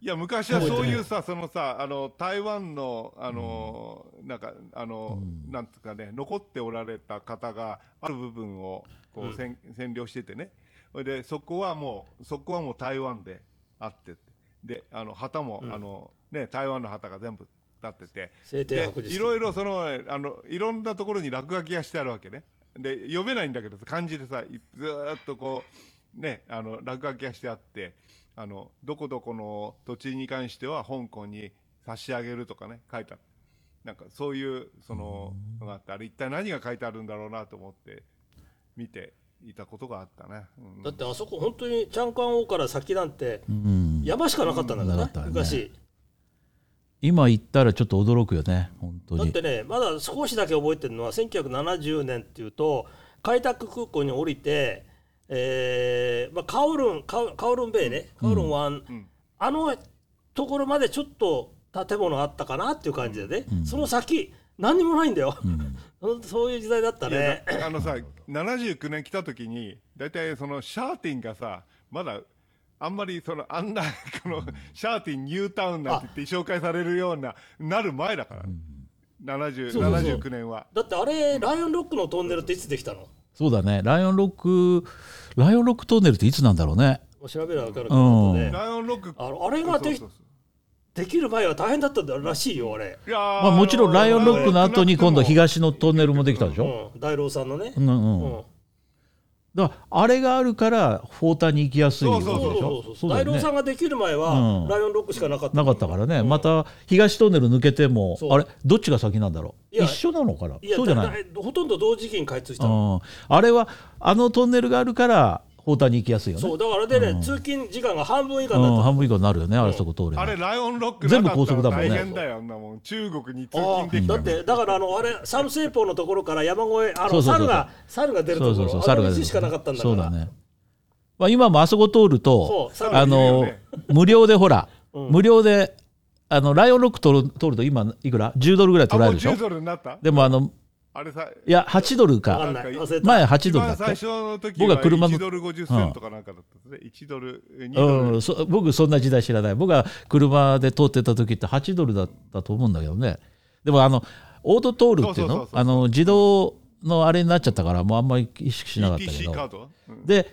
Speaker 3: いや昔はそういうさ、そのさ、あの台湾の、あのなんか、あの、なんつうかね、残っておられた方が、ある部分をこう、占占領しててね、それでそこはもう、そこはもう台湾であって、であの旗も、あのね、台湾の旗が全部立ってて、
Speaker 2: 晴天白
Speaker 3: で
Speaker 2: 日
Speaker 3: いろいろそのあのいろんなところに落書きがしてあるわけねで読めないんだけど漢字でさいずーっとこうねあの落書きがしてあってあのどこどこの土地に関しては香港に差し上げるとかね書いてあるなんかそういうそののがあってあれ一体何が書いてあるんだろうなと思って見ていたことがあったね、うん
Speaker 2: だってあそこ本当にチャンカン王から先なんて
Speaker 1: うん、
Speaker 2: 山しかなかったんだか
Speaker 1: な
Speaker 2: らね
Speaker 1: かったね
Speaker 2: 昔
Speaker 1: 今言ったらちょっと驚くよね、本当
Speaker 2: だっ
Speaker 1: に。
Speaker 2: てねまだ少しだけ覚えてるのは1970年っていうと開拓空港に降りて、えーまあ、カオルンカオカオルンベイね、カオルン湾、
Speaker 3: ん
Speaker 2: あのところまでちょっと建物あったかなっていう感じでね、その先何にもないんだよ、 そういう時代だった
Speaker 3: いや
Speaker 2: ね
Speaker 3: なあのさ79年来た時に大体そのシャーティンがさまだあんまりそのあんな このシャーティンニュータウンなんて言って紹介されるようななる前だから、70
Speaker 2: そうそうそう
Speaker 3: 79年は
Speaker 2: だってあれライオンロックのトンネルっていつできたの
Speaker 1: そうだねライオンロックライオンロックトンネルっていつなんだろうね
Speaker 2: もう調べれば分かるけど、
Speaker 1: うん
Speaker 2: ね、
Speaker 3: ライオンロック
Speaker 2: あのあれができ
Speaker 3: そうそうそう
Speaker 2: できる前は大変だったんだらしいよあれ、
Speaker 3: いやー
Speaker 1: まあ、もちろんライオンロックの後に今度東のトンネルもできたでしょ、
Speaker 2: うん、大郎さんのね、
Speaker 1: うんうん
Speaker 2: うん
Speaker 1: だからあれがあるからフォーターに行きやすいわけでし
Speaker 2: そうそうそう
Speaker 1: ょ
Speaker 2: そう
Speaker 1: そうだ
Speaker 2: 大
Speaker 1: よ
Speaker 2: 郎さん
Speaker 1: ね
Speaker 2: ができる前
Speaker 1: う
Speaker 2: は
Speaker 1: ん
Speaker 2: ライオンロックしかなかった
Speaker 1: なかったからね、
Speaker 2: うん
Speaker 1: また東トンネル抜けても
Speaker 2: そう
Speaker 1: あれどっちが先なんだろう
Speaker 2: いや
Speaker 1: 一緒なのかない
Speaker 2: や
Speaker 1: そうじゃない
Speaker 2: だだほとんど同時期に開通した
Speaker 1: う
Speaker 2: の
Speaker 1: ん、あれはあのトンネルがあるから砲台に行きやすいよね
Speaker 2: そうだからあれでね、通勤時間が半分以下
Speaker 1: う
Speaker 2: になった、
Speaker 1: ん、半分以下になるよね、あれそこ通れば
Speaker 3: あれライオンロック
Speaker 1: 全
Speaker 3: な
Speaker 1: 部
Speaker 3: か
Speaker 1: 高
Speaker 3: っ
Speaker 1: 速だ
Speaker 3: たら
Speaker 1: もんね
Speaker 3: 大変だよあんなもん中国に通
Speaker 2: あ
Speaker 3: 勤で
Speaker 2: あ
Speaker 3: き
Speaker 2: だ
Speaker 3: た
Speaker 2: っ
Speaker 3: の
Speaker 2: てだからあのあれサム西方のところから山越えあ
Speaker 1: そ
Speaker 2: の
Speaker 1: うそうそうそう
Speaker 2: 猿が猿が出るところ
Speaker 1: そうそうそう
Speaker 2: あ
Speaker 1: 猿
Speaker 2: の
Speaker 1: が
Speaker 2: 道
Speaker 1: 出る
Speaker 2: しかなかったんだか
Speaker 1: そ
Speaker 2: ら
Speaker 1: うだね、まあ、今もあそこ通ると
Speaker 2: そう猿
Speaker 1: あの
Speaker 3: いるよね
Speaker 1: 無料でほら、
Speaker 2: うん
Speaker 1: 無料であのライオンロック通る通ると今いくら10ドルぐらい
Speaker 3: あ
Speaker 1: 取ら
Speaker 3: もう
Speaker 1: れるでしょ
Speaker 3: 10ドルになった
Speaker 1: でもあの
Speaker 3: あれさ
Speaker 1: いや8ドル
Speaker 2: わかん
Speaker 1: か
Speaker 2: ない忘れた、
Speaker 1: 前8
Speaker 3: 一
Speaker 1: ドルだ
Speaker 3: 番
Speaker 1: っ
Speaker 3: 最
Speaker 1: け
Speaker 3: 初の時
Speaker 1: 僕
Speaker 3: は
Speaker 1: は車の
Speaker 3: 1ドル50セントかなんかだったんですね1ドル2ドル
Speaker 1: うん、そ僕そんな時代知らない僕が車で通ってた時って8ドルだったと思うんだけどねでもあのオートトールっていう
Speaker 3: そうそ
Speaker 1: の
Speaker 3: うそうそう
Speaker 1: あの自動のあれになっちゃったからもうあんまり意識しなかったけ
Speaker 3: ETC カー
Speaker 1: ど
Speaker 3: ドうん
Speaker 1: で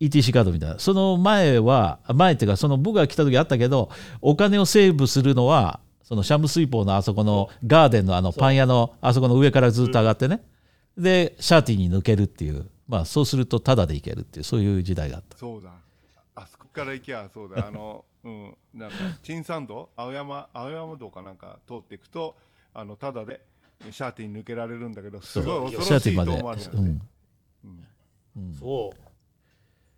Speaker 1: ETC カードみたいなその前は前っていうかその僕が来た時あったけどお金をセーブするのはそのシャム水泡のあそこのガーデンのあのパン屋のあそこの上からずっと上がってねでシャーティーに抜けるっていうまあそうするとタダで行けるっていうそういう時代があった。
Speaker 3: そうだあそこから行きゃそう だあのうんなんか陳山道青山青山道かなんか通っていくとあのただでシャーティン抜けられるんだけどすごい
Speaker 1: シャー
Speaker 3: 恐ろ
Speaker 1: ティ
Speaker 3: し
Speaker 1: ー
Speaker 3: い
Speaker 1: ま
Speaker 3: と
Speaker 1: で
Speaker 3: 思われる
Speaker 1: う
Speaker 3: よね
Speaker 1: ん
Speaker 2: そう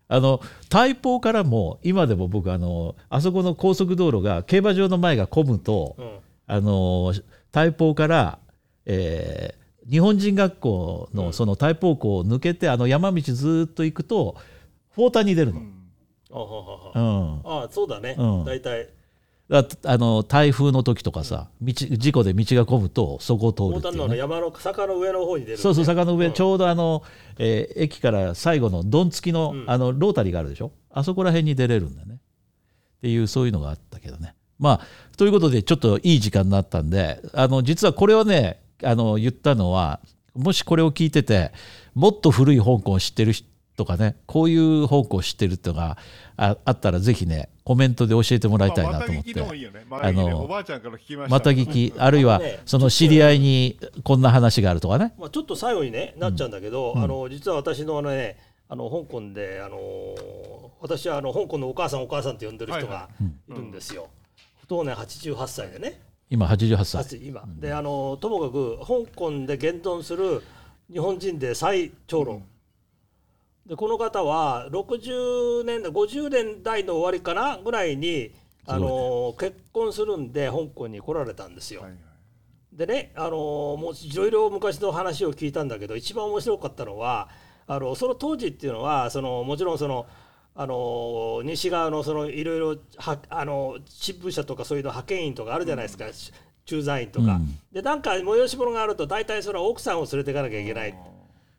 Speaker 1: あの大砲からも今でも僕あのあそこの高速道路が競馬場の前が混むと、
Speaker 2: うん
Speaker 1: あの大砲から、えー日本人学校のその大砲校を抜けて、あの山道ずっと行くとフォーターに出るの、
Speaker 2: あははは
Speaker 1: うん
Speaker 2: ああそうだね、
Speaker 1: うん
Speaker 2: 大体
Speaker 1: だあの台風の時とかさ道事故で道が混むとそこを通
Speaker 2: 大
Speaker 1: るって
Speaker 2: 田
Speaker 1: いう、
Speaker 2: の
Speaker 1: ね、
Speaker 2: 山の坂の上の方に出る、ね、
Speaker 1: そうそう坂の上、
Speaker 2: うん
Speaker 1: ちょうどあの、えー駅から最後のどんつきの,、あのロータリーがあるでしょあそこら辺に出れるんだよねっていうそういうのがあったけどねまあということでちょっといい時間になったんであの実はこれをねあの言ったのはもしこれを聞いててもっと古い香港を知ってる人とかねこういう香港を知ってるっていうのがああったらぜひねコメントで教えてもらいたい
Speaker 3: まあ
Speaker 1: な
Speaker 3: ま
Speaker 1: と
Speaker 3: た
Speaker 1: 思っ
Speaker 3: 聞
Speaker 1: て
Speaker 3: き。でもいいよねまた聞き
Speaker 1: あ
Speaker 3: ね
Speaker 1: の
Speaker 3: おばあちゃんから聞きました
Speaker 1: また聞きある いは
Speaker 2: ね
Speaker 1: その知り合いにこんな話があるとかね
Speaker 2: まあ、ちょっと最後に、ね、なっちゃうんだけど、あの実は私のあの、ね、あの香港で、あのー私はあの香港のお母さんお母さんって呼んでる人
Speaker 3: はい
Speaker 2: が
Speaker 3: はい
Speaker 2: るんですよ。当年88歳でね、
Speaker 1: 今88歳
Speaker 2: 8今であのともかく香港で現存する日本人で最長老、でこの方は60年代50年代の終わりかなぐらいにあの、結婚するんで香港に来られたんですよ。
Speaker 3: はいはい
Speaker 2: でね、あのーもういろいろ昔の話を聞いたんだけど一番面白かったのはあのその当時っていうのはそのもちろんその、あのー西側のそのいろいろはあの新聞社とかそういうの派遣員とかあるじゃないですか、し駐在員とか、
Speaker 1: うん
Speaker 2: でなんか催し物があると大体それは奥さんを連れていかなきゃいけないっ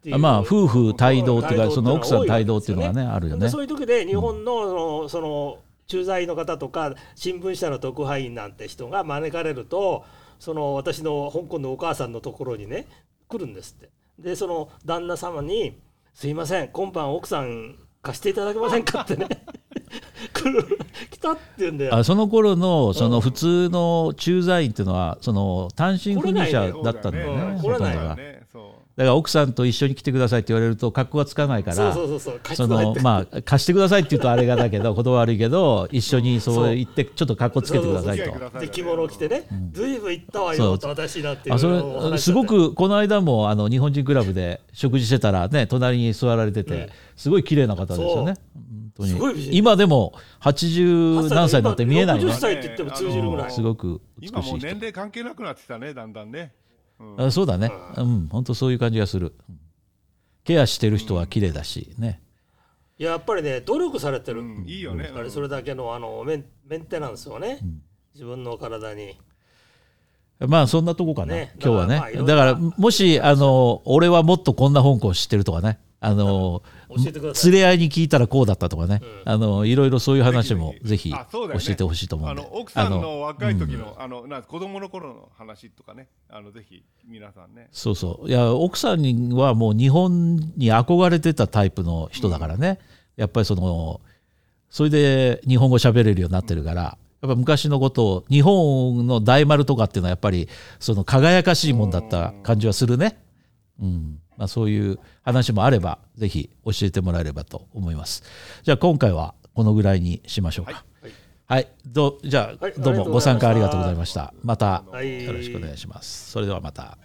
Speaker 2: ていう。
Speaker 1: あまあ夫婦帯同っていうか
Speaker 2: 帯同
Speaker 1: その奥さん
Speaker 2: ってい
Speaker 1: 帯
Speaker 2: うの
Speaker 1: 同ってい
Speaker 2: が多いわけです
Speaker 1: う
Speaker 2: よ
Speaker 1: の
Speaker 2: ね
Speaker 1: がねあるよ
Speaker 2: で
Speaker 1: ね
Speaker 2: そういう時で日本のそのその駐在員の方とか新聞社の特派員なんて人が招かれるとその私の香港のお母さんのところにね来るんですってでその旦那様に「すいません今晩奥さん貸していただけませんか?」ってね来る来たって言うんだよ
Speaker 1: あ。その頃のその普通の駐在員っていうのはその単身赴任者
Speaker 2: そ
Speaker 1: だったんだよね
Speaker 2: 来
Speaker 1: ほと
Speaker 2: れ
Speaker 1: んど
Speaker 2: ない
Speaker 1: が
Speaker 2: よ
Speaker 1: だか
Speaker 3: ねそう
Speaker 1: ら奥さんと一緒に来てくださいって言われると格好がつかないか
Speaker 2: そう
Speaker 1: ら
Speaker 2: そうそうそう貸
Speaker 1: そ
Speaker 2: してないっ
Speaker 1: の
Speaker 2: て
Speaker 1: まあ貸してくださいって言うとあれがだけど言葉悪いけど一緒にそう言ってちょっと格好つけてください
Speaker 3: そうそ
Speaker 1: と
Speaker 3: うそう付き合いください。
Speaker 2: で着物を着てね「ずいぶん行ったわ
Speaker 1: そ
Speaker 2: よ」
Speaker 1: う
Speaker 2: と私なんていう
Speaker 1: あ
Speaker 2: のを
Speaker 1: それ
Speaker 2: 話し
Speaker 1: す
Speaker 2: ちゃっ
Speaker 1: ご
Speaker 2: て
Speaker 1: くこの間もあの日本人クラブで食事してたらね隣に座られててすごい綺麗な方ですよね本当に
Speaker 2: すごい美人
Speaker 1: 今でも80何歳になって見えないね
Speaker 2: 60歳って言っても通じるぐらい、
Speaker 1: うんすごく美しい
Speaker 3: 今もう
Speaker 1: 人
Speaker 3: 年齢関係なくなってきたねだんだんね
Speaker 1: あそうだね、うん、本当そういう感じがする。うんケアしてる人は綺麗だし、ね。
Speaker 2: いややっぱりね努力されてる、
Speaker 3: うんいいよね
Speaker 2: やっぱりそれだけのあのメンメンテナンスをね、自分の体に
Speaker 1: まあそんなとこかな、
Speaker 2: ね
Speaker 1: 今日はね。
Speaker 2: だからまあいろいろ
Speaker 1: だから、もし、あの、俺はもっとこんな香港知ってるとかね、あの
Speaker 2: 教えてください
Speaker 1: 連れ合いに聞いたらこうだったとかね、あのいろいろそういう話もぜひ
Speaker 3: あ
Speaker 1: 教
Speaker 3: そうだよね
Speaker 1: えてほしいと思うんで
Speaker 3: あの奥さん
Speaker 1: あ
Speaker 3: の若い時のあのなんか子供の頃の話とかねあのぜひ皆さんね
Speaker 1: そうそういや奥さんにはもう日本に憧れてたタイプの人だからね、やっぱりそのそれで日本語喋れるようになってるから、やっぱ昔のことを日本の大丸とかっていうのはやっぱりその輝かしいもんだった感じはするね、うんまあ、そういう話もあればぜひ教えてもらえればと思いますじゃあ今回はこのぐらいにしましょうかはい、どうじゃあ
Speaker 2: はい
Speaker 1: どうもご参加ありがとうございましたまた
Speaker 2: はい
Speaker 1: よろしくお願いしますそれではまた